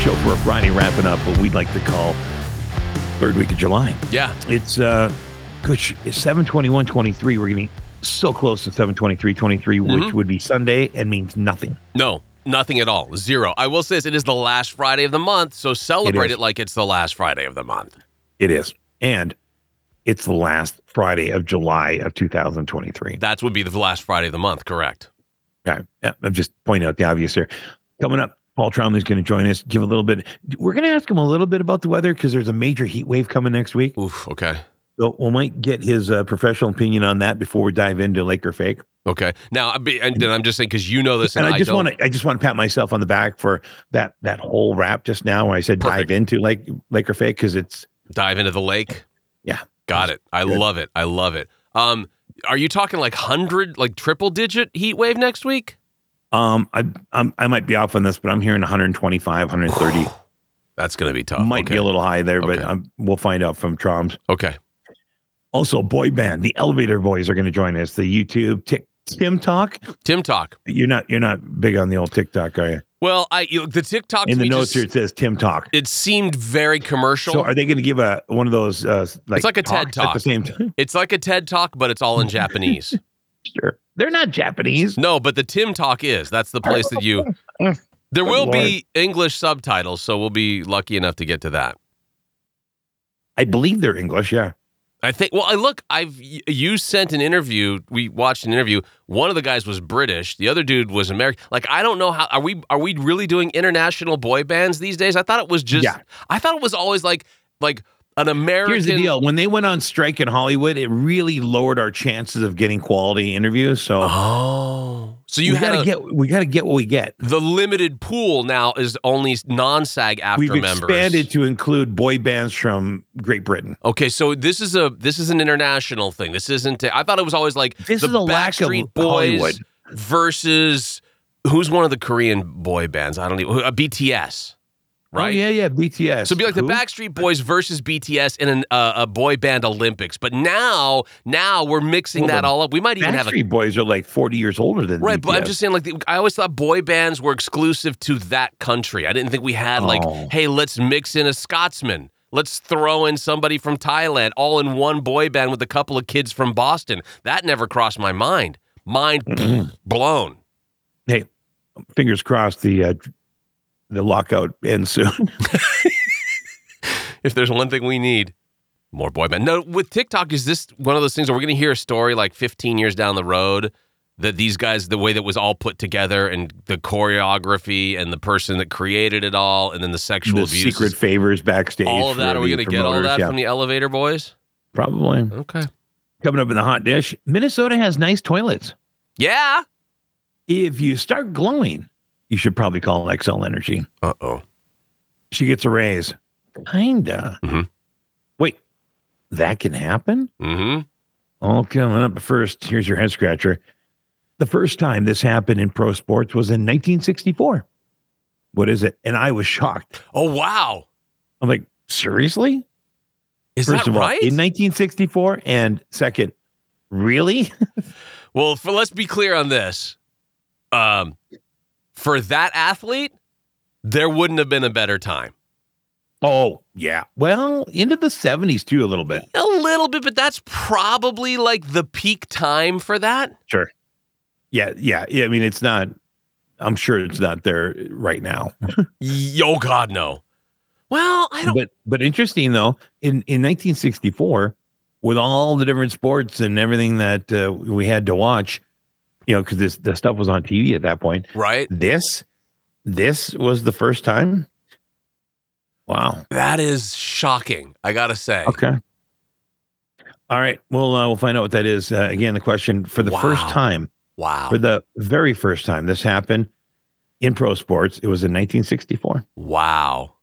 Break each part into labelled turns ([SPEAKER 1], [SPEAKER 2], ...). [SPEAKER 1] show. We're Friday wrapping up what we'd like to call third week of July.
[SPEAKER 2] Yeah.
[SPEAKER 1] It's uh, gosh, it's seven twenty one twenty three. We're getting so close to seven twenty three twenty three, which would be Sunday and means nothing.
[SPEAKER 2] No, nothing at all. Zero. I will say this it is the last Friday of the month, so celebrate
[SPEAKER 1] It
[SPEAKER 2] it,
[SPEAKER 1] is.
[SPEAKER 2] like it's the last Friday of the month.
[SPEAKER 1] It is, and it's the last Friday of July of two thousand twenty three.
[SPEAKER 2] That would be the last Friday of the month, correct?
[SPEAKER 1] Okay, Yeah, I'm just pointing out the obvious here. Coming up, Paul Tromley's going to join us. Give a little bit. We're going to ask him a little bit about the weather because there's a major heat wave coming next week.
[SPEAKER 2] Oof, okay.
[SPEAKER 1] So we might get his uh, professional opinion on that before we dive into Lake or Fake.
[SPEAKER 2] Okay. Now, I be, and then I'm just saying because you know this,
[SPEAKER 1] and I, just
[SPEAKER 2] don't.
[SPEAKER 1] want to I just want to pat myself on the back for that that whole wrap just now where I said
[SPEAKER 2] Perfect.
[SPEAKER 1] dive into Lake Lake or Fake because it's
[SPEAKER 2] dive into the lake.
[SPEAKER 1] Yeah.
[SPEAKER 2] Got it. I
[SPEAKER 1] Good.
[SPEAKER 2] love it. I love it. Um, are you talking like hundred, like triple digit heat wave next week?
[SPEAKER 1] um I I'm, I might be off on this but I'm hearing 125 130
[SPEAKER 2] That's gonna be tough.
[SPEAKER 1] might
[SPEAKER 2] Oh, okay.
[SPEAKER 1] be a little high there but
[SPEAKER 2] Okay.
[SPEAKER 1] um we'll find out from Troms.
[SPEAKER 2] okay.
[SPEAKER 1] Also, boy band the Elevator Boys are going to join us. The YouTube Tik Tim Talk.
[SPEAKER 2] Tim talk.
[SPEAKER 1] You're not you're not big on the old TikTok, are you?
[SPEAKER 2] Well, I you the TikTok to
[SPEAKER 1] In the
[SPEAKER 2] me
[SPEAKER 1] notes
[SPEAKER 2] just-
[SPEAKER 1] here it says Tim Talk.
[SPEAKER 2] it seemed very commercial.
[SPEAKER 1] So are they going to give a one of those uh, like
[SPEAKER 2] It's like a TED
[SPEAKER 1] talks at the same
[SPEAKER 2] Talk.
[SPEAKER 1] time?
[SPEAKER 2] it's like a TED talk, but it's all in Japanese.
[SPEAKER 1] Sure. They're not Japanese.
[SPEAKER 2] No, but the Tim Talk is. That's the place that you. There will be English subtitles, so we'll be lucky enough to get to that.
[SPEAKER 1] I believe they're English. Yeah.
[SPEAKER 2] I think. Well, I look. I've y- you sent an interview. We watched an interview. One of the guys was British. The other dude was American. Like I don't know how are we are we really doing international boy bands these days? I thought it was just.
[SPEAKER 1] Yeah.
[SPEAKER 2] I thought it was always like like an American.
[SPEAKER 1] Here's the deal: when they went on strike in Hollywood, it really lowered our chances of getting quality interviews. So
[SPEAKER 2] Oh, so Uh-huh. you
[SPEAKER 1] we
[SPEAKER 2] had
[SPEAKER 1] gotta
[SPEAKER 2] a,
[SPEAKER 1] get we gotta get what we get.
[SPEAKER 2] the limited pool now is only non-SAG after
[SPEAKER 1] We've
[SPEAKER 2] members.
[SPEAKER 1] expanded to include boy bands from Great Britain.
[SPEAKER 2] Okay, so this is a this is an international thing. This isn't. I thought it was always like
[SPEAKER 1] This
[SPEAKER 2] the
[SPEAKER 1] is a lack of
[SPEAKER 2] Backstreet
[SPEAKER 1] Hollywood.
[SPEAKER 2] Boys versus who's one of the Korean boy bands? I don't even uh, BTS,
[SPEAKER 1] Oh,
[SPEAKER 2] right?
[SPEAKER 1] yeah, yeah. BTS.
[SPEAKER 2] So it'd be like
[SPEAKER 1] Who?
[SPEAKER 2] the Backstreet Boys versus BTS in an, uh, a boy band Olympics. But now, now we're mixing
[SPEAKER 1] Well,
[SPEAKER 2] that
[SPEAKER 1] the
[SPEAKER 2] all up. We might even have a
[SPEAKER 1] Backstreet Boys are like 40 years older than
[SPEAKER 2] right. But I'm
[SPEAKER 1] BTS.
[SPEAKER 2] just saying, like the, I always thought boy bands were exclusive to that country. I didn't think we had like,
[SPEAKER 1] Oh.
[SPEAKER 2] hey, let's mix in a Scotsman. Let's throw in somebody from Thailand, all in one boy band with a couple of kids from Boston. That never crossed my mind. Mind
[SPEAKER 1] Mm-hmm.
[SPEAKER 2] blown.
[SPEAKER 1] fingers crossed the uh, the lockout ends soon.
[SPEAKER 2] if there's one thing we need, more boy band. No, with TikTok, is this one of those things where we're going to hear a story like 15 years down the road that these guys, the way that was all put together and the choreography and the person that created it all and then the sexual
[SPEAKER 1] the
[SPEAKER 2] abuse,
[SPEAKER 1] secret favors backstage.
[SPEAKER 2] all of that.
[SPEAKER 1] for
[SPEAKER 2] Are we
[SPEAKER 1] the
[SPEAKER 2] going to get all
[SPEAKER 1] promoters.
[SPEAKER 2] that
[SPEAKER 1] Yeah,
[SPEAKER 2] from Uh-huh. the Elevator Boys?
[SPEAKER 1] probably
[SPEAKER 2] Okay.
[SPEAKER 1] coming up in the hot dish. Minnesota has nice toilets.
[SPEAKER 2] Yeah.
[SPEAKER 1] If you start glowing, you should probably call XL Energy.
[SPEAKER 2] Uh oh.
[SPEAKER 1] She gets a raise. Kinda.
[SPEAKER 2] Mhm.
[SPEAKER 1] Wait, that can happen?
[SPEAKER 2] Mm
[SPEAKER 1] All coming up. But First, here's your head scratcher. The first time this happened in pro sports was in 1964. What is it? And I was shocked.
[SPEAKER 2] hmm. Oh, wow.
[SPEAKER 1] I'm like, seriously?
[SPEAKER 2] Is
[SPEAKER 1] First
[SPEAKER 2] that
[SPEAKER 1] of all,
[SPEAKER 2] right?
[SPEAKER 1] in 1964, and second, really?
[SPEAKER 2] well, for, let's be clear on this. Um, for that athlete, there wouldn't have been a better time.
[SPEAKER 1] Oh, yeah. Well, into the 70s too, a little bit.
[SPEAKER 2] A little bit, but that's probably like the peak time for that.
[SPEAKER 1] Yeah, yeah. yeah, I mean, it's not. I'm sure it's not there right now.
[SPEAKER 2] Yo, oh, God, no. Well, I don't.
[SPEAKER 1] But but interesting though, in in 1964, with all the different sports and everything that uh, we had to watch, you know, because this the stuff was on TV at that point.
[SPEAKER 2] right?
[SPEAKER 1] This this was the first time. Wow.
[SPEAKER 2] That is shocking. I gotta say.
[SPEAKER 1] Okay. All right. Well, uh, we'll find out what that is. Uh, again, the question for the first
[SPEAKER 2] Wow.
[SPEAKER 1] time
[SPEAKER 2] Wow.
[SPEAKER 1] for the very first time this happened in pro sports. It was in 1964.
[SPEAKER 2] Wow.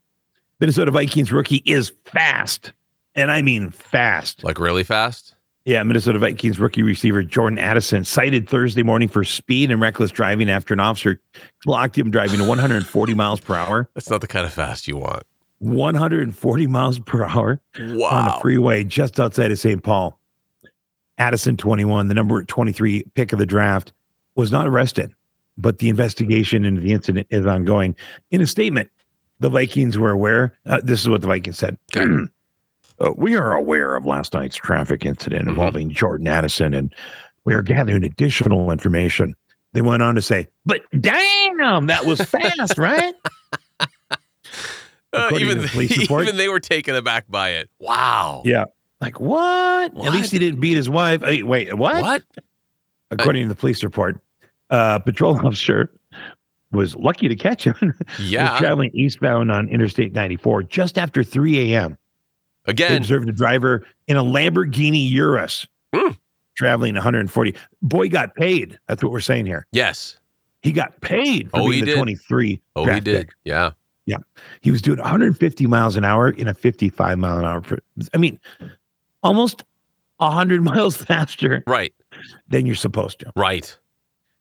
[SPEAKER 1] Minnesota Vikings rookie is fast, and I mean fast.
[SPEAKER 2] Like really fast.
[SPEAKER 1] Yeah, Minnesota Vikings rookie receiver Jordan Addison cited Thursday morning for speed and reckless driving after an officer clocked him driving to 140 miles per hour.
[SPEAKER 2] That's not the kind of fast you want.
[SPEAKER 1] 140 miles per hour on a
[SPEAKER 2] Wow.
[SPEAKER 1] freeway just outside of St. Paul. Addison 21, the number 23 pick of the draft, was not arrested, but the investigation into the incident is ongoing. In a statement, the Vikings were aware. Uh, this is what the Vikings said.
[SPEAKER 2] Okay.
[SPEAKER 1] Uh, we are aware of last night's traffic incident
[SPEAKER 2] Mhm.
[SPEAKER 1] involving Jordan Addison, and we are gathering additional information. They went on to say, but damn, that was fast, right?
[SPEAKER 2] Uh,
[SPEAKER 1] According
[SPEAKER 2] even,
[SPEAKER 1] to the police report-
[SPEAKER 2] even they were taken aback by it. Wow.
[SPEAKER 1] Yeah. Like, what?
[SPEAKER 2] What?
[SPEAKER 1] At least he didn't beat his wife. Hey, wait, what?
[SPEAKER 2] What?
[SPEAKER 1] According to the police report, uh, patrol officer was lucky to catch him. was
[SPEAKER 2] Yeah.
[SPEAKER 1] traveling eastbound on Interstate 94 just after 3 a.m. They
[SPEAKER 2] Again,
[SPEAKER 1] observed a driver in a Lamborghini Urus
[SPEAKER 2] Hmm.
[SPEAKER 1] traveling 140. Boy got paid. That's what we're saying here.
[SPEAKER 2] yes.
[SPEAKER 1] He got paid for
[SPEAKER 2] Oh, he
[SPEAKER 1] being the
[SPEAKER 2] did.
[SPEAKER 1] 23.
[SPEAKER 2] Oh, he
[SPEAKER 1] draft
[SPEAKER 2] did.
[SPEAKER 1] pick.
[SPEAKER 2] Yeah.
[SPEAKER 1] He was doing 150 miles an hour in a 55 mile an hour. per- I mean, almost 100 miles faster
[SPEAKER 2] Right.
[SPEAKER 1] than you're supposed to.
[SPEAKER 2] Right.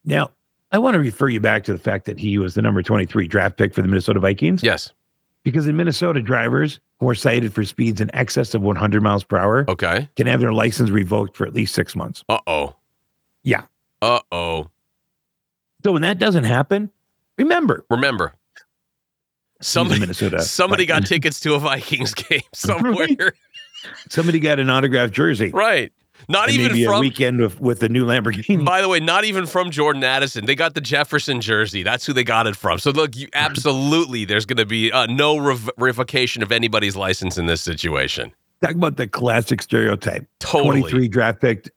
[SPEAKER 1] Now, I want to refer you back to the fact that he was the number 23 draft pick for the Minnesota Vikings.
[SPEAKER 2] Yes.
[SPEAKER 1] Because in Minnesota, drivers who are cited for speeds in excess of 100 miles per hour
[SPEAKER 2] Okay.
[SPEAKER 1] can have their license revoked for at least six months.
[SPEAKER 2] Uh oh.
[SPEAKER 1] Yeah.
[SPEAKER 2] Uh oh.
[SPEAKER 1] So when that doesn't happen, remember
[SPEAKER 2] Remember,
[SPEAKER 1] somebody,
[SPEAKER 2] somebody
[SPEAKER 1] Minnesota.
[SPEAKER 2] somebody got
[SPEAKER 1] Vikings.
[SPEAKER 2] tickets to a Vikings game somewhere.
[SPEAKER 1] Right. somebody got an autographed jersey.
[SPEAKER 2] right. Not
[SPEAKER 1] And
[SPEAKER 2] even
[SPEAKER 1] maybe a
[SPEAKER 2] from
[SPEAKER 1] weekend with, with the new Lamborghini.
[SPEAKER 2] By the way, not even from Jordan Addison. They got the Jefferson jersey. That's who they got it from. So look, you absolutely there's going to be uh, no rev- revocation of anybody's license in this situation.
[SPEAKER 1] Talk about the classic stereotype.
[SPEAKER 2] Totally.
[SPEAKER 1] 23 draft picked,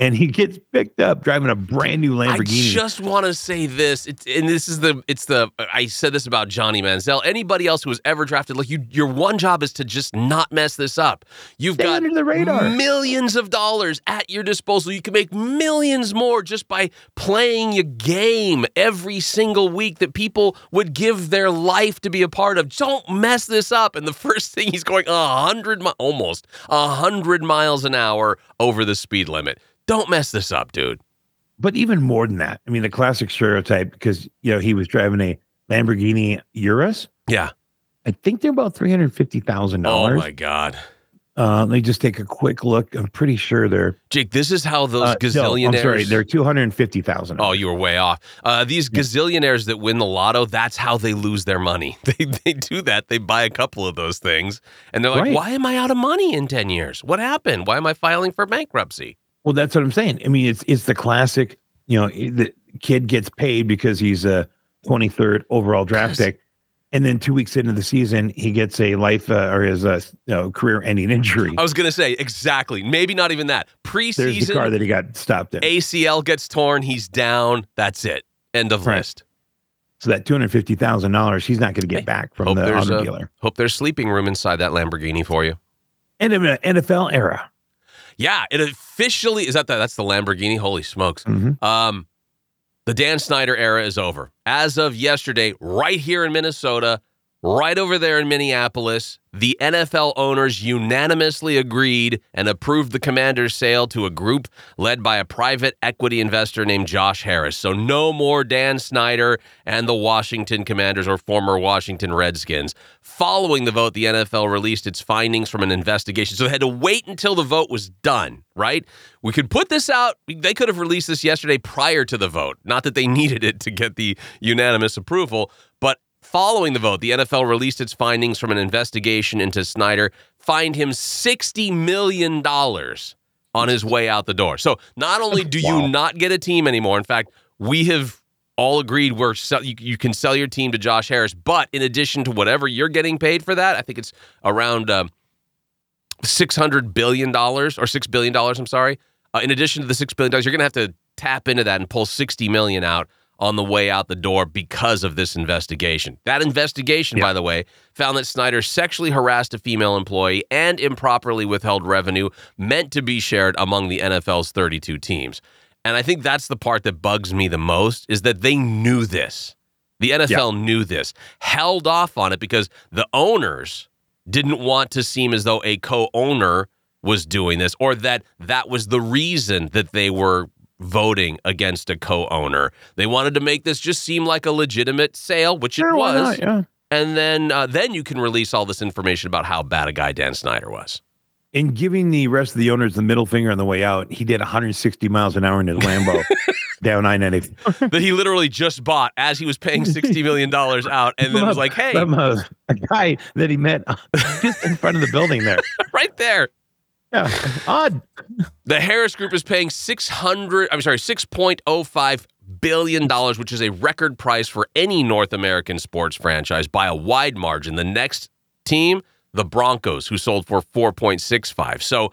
[SPEAKER 1] and he gets picked up driving a brand new
[SPEAKER 2] I
[SPEAKER 1] Lamborghini.
[SPEAKER 2] just want to say this. It's and this is the it's the I said this about Johnny Manziel. Anybody else who was ever drafted, like you, your one job is to just not mess this up. You've
[SPEAKER 1] Stay
[SPEAKER 2] got
[SPEAKER 1] under the radar.
[SPEAKER 2] millions of dollars at your disposal. You can make millions more just by playing a game every single week that people would give their life to be a part of. Don't mess this up. And the first thing he's going a hundred mi- almost a hundred miles an hour over the speed limit. Don't mess this up, dude.
[SPEAKER 1] but even more than that, I mean, the classic stereotype because you know he was driving a Lamborghini Urus.
[SPEAKER 2] Yeah.
[SPEAKER 1] I think they're about three hundred fifty thousand
[SPEAKER 2] Oh
[SPEAKER 1] dollars.
[SPEAKER 2] my god.
[SPEAKER 1] Uh, let me just take a quick look. I'm pretty sure they're
[SPEAKER 2] Jake, this is how those
[SPEAKER 1] uh, no,
[SPEAKER 2] gazillionaires.
[SPEAKER 1] I'm sorry, they're two hundred fifty thousand.
[SPEAKER 2] Oh, you were way off. Uh, these
[SPEAKER 1] Yeah.
[SPEAKER 2] gazillionaires that win the lotto, that's how they lose their money. They, they do that. They buy a couple of those things and they're like,
[SPEAKER 1] Right.
[SPEAKER 2] why am I out of money in 10 years? What happened? Why am I filing for bankruptcy?
[SPEAKER 1] well, that's what I'm saying. I mean, it's it's the classic. You know, i- the kid gets paid because he's a 23rd overall draft
[SPEAKER 2] Yes.
[SPEAKER 1] pick, and then two weeks into the season, he gets a life uh, or his uh, you know, career-ending injury.
[SPEAKER 2] I was going to say, exactly. Maybe not even that.
[SPEAKER 1] There's the car
[SPEAKER 2] Preseason,
[SPEAKER 1] that he got stopped in.
[SPEAKER 2] ACL gets torn. He's down. That's it. End of
[SPEAKER 1] Right.
[SPEAKER 2] list.
[SPEAKER 1] So that two hundred fifty thousand dollars, he's not going to
[SPEAKER 2] Hey,
[SPEAKER 1] get back from
[SPEAKER 2] hope
[SPEAKER 1] the
[SPEAKER 2] there's
[SPEAKER 1] auto
[SPEAKER 2] a-
[SPEAKER 1] dealer.
[SPEAKER 2] Hope there's sleeping room inside that Lamborghini for you.
[SPEAKER 1] And uh, in the NFL era,
[SPEAKER 2] Yeah, it officially is that the, that's the Lamborghini. Holy smokes.
[SPEAKER 1] Mhm.
[SPEAKER 2] Um, the Dan Snyder era is over. As of yesterday, right here in Minnesota, right over there in Minneapolis, the NFL owners unanimously agreed and approved the commander's sale to a group led by a private equity investor named Josh Harris. So no more Dan Snyder and the Washington Commanders or former Washington Redskins. Following the vote, the NFL released its findings from an investigation. So they had to wait until the vote was done, right? We could put this out. They could have released this yesterday prior to the vote. Not that they needed it to get the unanimous approval, but following the vote, the NFL released its findings from an investigation into Snyder, fined him $60 million on his way out the door. So not only do
[SPEAKER 1] Wow.
[SPEAKER 2] you not get a team anymore, in fact, we have all agreed we're sell, you, you can sell your team to Josh Harris, but in addition to whatever you're getting paid for that, I think it's around um, six hundred billion dollars or six billion dollars. I'm sorry. Uh, in addition to the six billion dollars, you're going to have to tap into that and pull sixty million out on the way out the door because of this investigation. That investigation, by the way, found that Snyder sexually harassed a female employee and improperly withheld revenue meant to be shared among the NFL's 32 teams. And I think that's the part that bugs me the most is that they knew this. The NFL knew this, held off on it because the owners didn't want to seem as though a co owner was doing this or that that was the reason that they were voting against a co owner. They wanted to make this just seem like a legitimate sale, which it
[SPEAKER 1] Sure, why not?
[SPEAKER 2] was
[SPEAKER 1] Yeah.
[SPEAKER 2] and then uh, then you can release all this information about how bad a guy Dan Snyder was.
[SPEAKER 1] and giving the rest of the owners the middle finger on the way out, he did 160 miles an hour in his Lambo down I 90.
[SPEAKER 2] that he literally just bought as he was paying sixty million dollars out, and then was like, "Hey,
[SPEAKER 1] From a, a guy that he met uh, just in front of the building there.
[SPEAKER 2] right there,
[SPEAKER 1] Yeah. Odd.
[SPEAKER 2] the Harris Group is paying six hundred. I'm sorry, six point oh five billion dollars, which is a record price for any North American sports franchise by a wide margin. The next team, the Broncos, who sold for four point six five. So,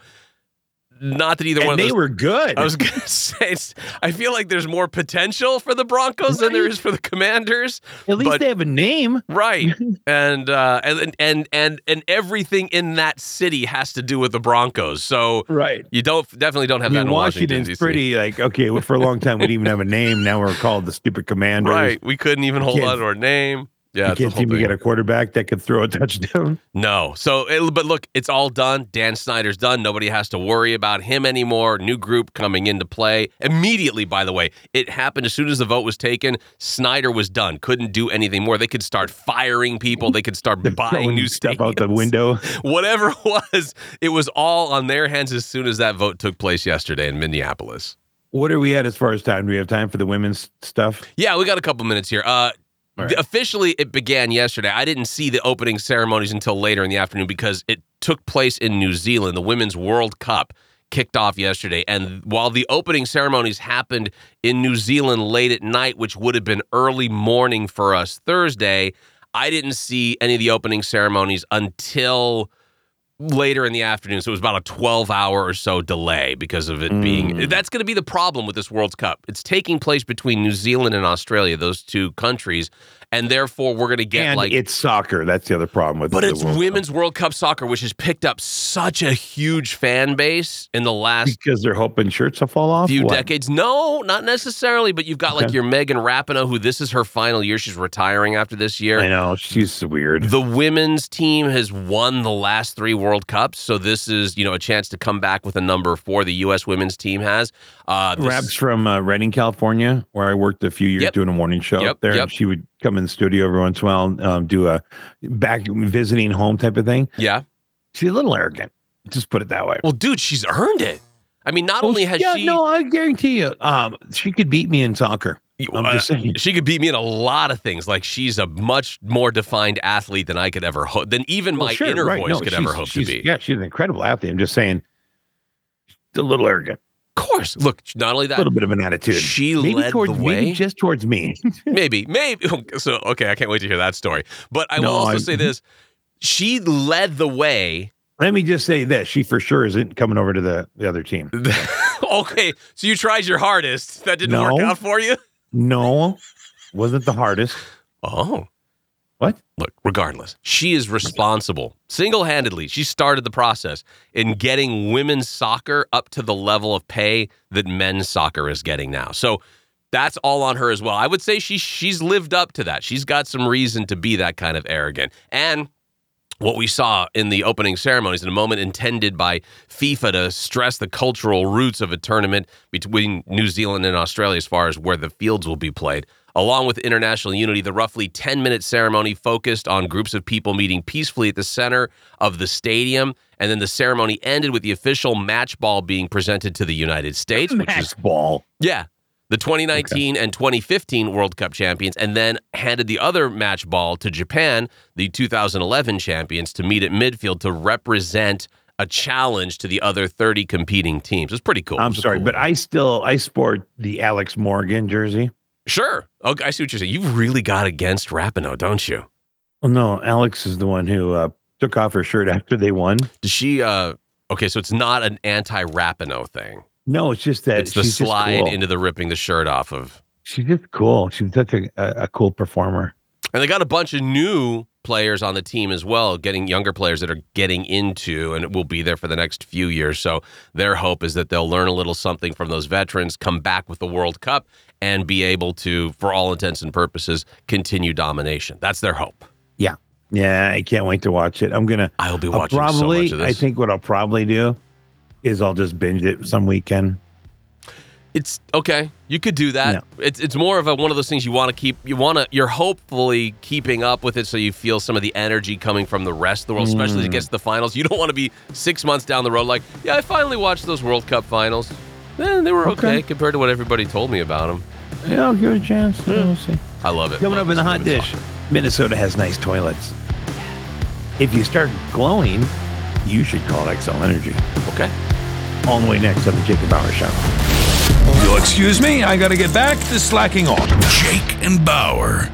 [SPEAKER 2] not that either one
[SPEAKER 1] And
[SPEAKER 2] of
[SPEAKER 1] they
[SPEAKER 2] those.
[SPEAKER 1] were good.
[SPEAKER 2] I was gonna say, it's, I feel like there's more potential for the Broncos than there
[SPEAKER 1] Right.
[SPEAKER 2] is for the Commanders.
[SPEAKER 1] At least
[SPEAKER 2] but-
[SPEAKER 1] they have a name.
[SPEAKER 2] Right. and, uh, and and and and everything in that city has to do with the Broncos. So
[SPEAKER 1] Right.
[SPEAKER 2] you don't definitely don't
[SPEAKER 1] I
[SPEAKER 2] have that
[SPEAKER 1] mean,
[SPEAKER 2] in Washington,
[SPEAKER 1] Washington's
[SPEAKER 2] D.C.
[SPEAKER 1] pretty like, okay, well, for a long time we didn't even have a name. Now we're called the stupid commanders.
[SPEAKER 2] Right. We couldn't even hold
[SPEAKER 1] Can't-
[SPEAKER 2] on to our name. Yeah.
[SPEAKER 1] you
[SPEAKER 2] it's a
[SPEAKER 1] can't
[SPEAKER 2] whole
[SPEAKER 1] seem to
[SPEAKER 2] thing.
[SPEAKER 1] get a quarterback that could throw a touchdown.
[SPEAKER 2] No. So, it, but look, it's all done. Dan Snyder's done. Nobody has to worry about him anymore. New group coming into play immediately. By the way, it happened as soon as the vote was taken. Snyder was done. Couldn't do anything more. They could start firing people. They could start buying
[SPEAKER 1] Throwing
[SPEAKER 2] new
[SPEAKER 1] stuff out the
[SPEAKER 2] stadiums.
[SPEAKER 1] window.
[SPEAKER 2] Whatever it was, it was all on their hands as soon as that vote took place yesterday in Minneapolis.
[SPEAKER 1] What are we at as far as time? Do we have time for the women's stuff?
[SPEAKER 2] Yeah, we got a couple minutes here. Uh,
[SPEAKER 1] All right.
[SPEAKER 2] th- Officially, it began yesterday. I didn't see the opening ceremonies until later in the afternoon because it took place in New Zealand. The Women's World Cup kicked off yesterday. And while the opening ceremonies happened in New Zealand late at night, which would have been early morning for us Thursday, I didn't see any of the opening ceremonies until later in the afternoon. So it was about a 12 hour or so delay because of it being.
[SPEAKER 1] Mm.
[SPEAKER 2] That's going to be the problem with this World Cup. It's taking place between New Zealand and Australia, those two countries. And therefore, we're going to get
[SPEAKER 1] and
[SPEAKER 2] like.
[SPEAKER 1] it's soccer. That's the other problem with
[SPEAKER 2] but
[SPEAKER 1] the
[SPEAKER 2] it's
[SPEAKER 1] World Cup.
[SPEAKER 2] women's World Cup soccer, which has picked up such a huge fan base in the last
[SPEAKER 1] because they're hoping shirts will fall off.
[SPEAKER 2] few
[SPEAKER 1] What?
[SPEAKER 2] decades. No, not necessarily. But you've got like
[SPEAKER 1] Okay.
[SPEAKER 2] your Megan Rapinoe, who this is her final year. She's retiring after this year.
[SPEAKER 1] I know she's weird.
[SPEAKER 2] The women's team has won the last three World Cups, so this is you know a chance to come back with a number four. The U.S. women's team has. Uh, this-
[SPEAKER 1] Rab's from uh, Redding, California, where I worked a few years
[SPEAKER 2] Yep.
[SPEAKER 1] doing a morning show
[SPEAKER 2] Yep,
[SPEAKER 1] up there.
[SPEAKER 2] yep.
[SPEAKER 1] She would come in the studio every once in a while, and, um, do a back visiting home type of thing.
[SPEAKER 2] yeah.
[SPEAKER 1] She's a little arrogant. Just put it that way. Oh,
[SPEAKER 2] Well, dude, she's earned it. I mean, not only has
[SPEAKER 1] yeah,
[SPEAKER 2] she
[SPEAKER 1] no, I guarantee you, um, she could beat me in soccer. I'm
[SPEAKER 2] uh,
[SPEAKER 1] just saying.
[SPEAKER 2] she could beat me in a lot of things. Like she's a much more defined athlete than I could ever hope, than even
[SPEAKER 1] Well,
[SPEAKER 2] my
[SPEAKER 1] sure,
[SPEAKER 2] inner
[SPEAKER 1] right.
[SPEAKER 2] voice
[SPEAKER 1] No,
[SPEAKER 2] could
[SPEAKER 1] she's-
[SPEAKER 2] ever hope to
[SPEAKER 1] she's-
[SPEAKER 2] be.
[SPEAKER 1] Yeah, she's an incredible athlete. I'm just saying, she's a little arrogant,
[SPEAKER 2] Of course. Look, not only
[SPEAKER 1] a
[SPEAKER 2] that,
[SPEAKER 1] little bit of an attitude.
[SPEAKER 2] she
[SPEAKER 1] maybe
[SPEAKER 2] led
[SPEAKER 1] towards
[SPEAKER 2] the
[SPEAKER 1] maybe
[SPEAKER 2] way.
[SPEAKER 1] just towards me.
[SPEAKER 2] maybe, maybe. So, okay, I can't wait to hear that story. But I
[SPEAKER 1] No,
[SPEAKER 2] will also
[SPEAKER 1] I-
[SPEAKER 2] say this: she led the way.
[SPEAKER 1] Let me just say this: she for sure isn't coming over to the, the other team.
[SPEAKER 2] okay, so you tried your hardest. That didn't work
[SPEAKER 1] No.
[SPEAKER 2] out for you.
[SPEAKER 1] No, wasn't the hardest.
[SPEAKER 2] Oh,
[SPEAKER 1] What?
[SPEAKER 2] Look, regardless, she is responsible single handedly. She started the process in getting women's soccer up to the level of pay that men's soccer is getting now. So that's all on her as well. I would say she she's lived up to that. She's got some reason to be that kind of arrogant. And what we saw in the opening ceremonies in a moment intended by FIFA to stress the cultural roots of a tournament between New Zealand and Australia as far as where the fields will be played. Along with international unity, the roughly 10 minute ceremony focused on groups of people meeting peacefully at the center of the stadium. And then the ceremony ended with the official match ball being presented to the United States, which is
[SPEAKER 1] Match ball.
[SPEAKER 2] yeah. The 2019 and 2015 World Cup champions, and then handed the other match ball to Japan, the 2011 champions, to meet at midfield to represent a challenge to the other 30 competing teams. It's pretty cool.
[SPEAKER 1] I'm
[SPEAKER 2] It's a
[SPEAKER 1] sorry,
[SPEAKER 2] cool-
[SPEAKER 1] but I still I sport the Alex Morgan jersey.
[SPEAKER 2] sure. Okay, I see what you're saying. You've really got against Rapinoe, don't you?
[SPEAKER 1] Oh no, Alex is the one who uh, took off her shirt after they won.
[SPEAKER 2] Does she? uh Okay, so it's not an anti-Rapinoe thing.
[SPEAKER 1] No, it's just that
[SPEAKER 2] It's the
[SPEAKER 1] Uh, she's just
[SPEAKER 2] slide
[SPEAKER 1] cool.
[SPEAKER 2] into the ripping the shirt off of.
[SPEAKER 1] She's just cool. She's such a, a, a cool performer.
[SPEAKER 2] And they got a bunch of new players on the team as well, getting younger players that are getting into and will be there for the next few years. So their hope is that they'll learn a little something from those veterans, come back with the World Cup, and be able to, for all intents and purposes, continue domination. That's their hope.
[SPEAKER 1] Yeah, I can't wait to watch it. I'm gonna
[SPEAKER 2] I'll be
[SPEAKER 1] I'll
[SPEAKER 2] watching
[SPEAKER 1] Uh, probably.
[SPEAKER 2] so much of
[SPEAKER 1] I
[SPEAKER 2] this.
[SPEAKER 1] think what I'll probably do is I'll just binge it some weekend.
[SPEAKER 2] It's okay. You could do that. It's it's more of a one of those things you want to keep. You want to. You're hopefully keeping up with it, so you feel some of the energy coming from the rest of the world, especially as it
[SPEAKER 1] Mm.
[SPEAKER 2] gets to the finals. You don't want to be six months down the road like, yeah, I finally watched those World Cup finals. Man, they were okay,
[SPEAKER 1] Okay.
[SPEAKER 2] compared to what everybody told me about them.
[SPEAKER 1] Yeah, I'll give it a chance. Yeah, we'll see.
[SPEAKER 2] I love it.
[SPEAKER 1] Hmm. Coming up in the hot dish, Minnesota has nice toilets. If you start glowing, you should call XL Energy.
[SPEAKER 2] Okay.
[SPEAKER 1] All the way next on the Jacob Bauer Show.
[SPEAKER 3] You'll excuse me, I gotta get back to slacking off. Jake and Bauer.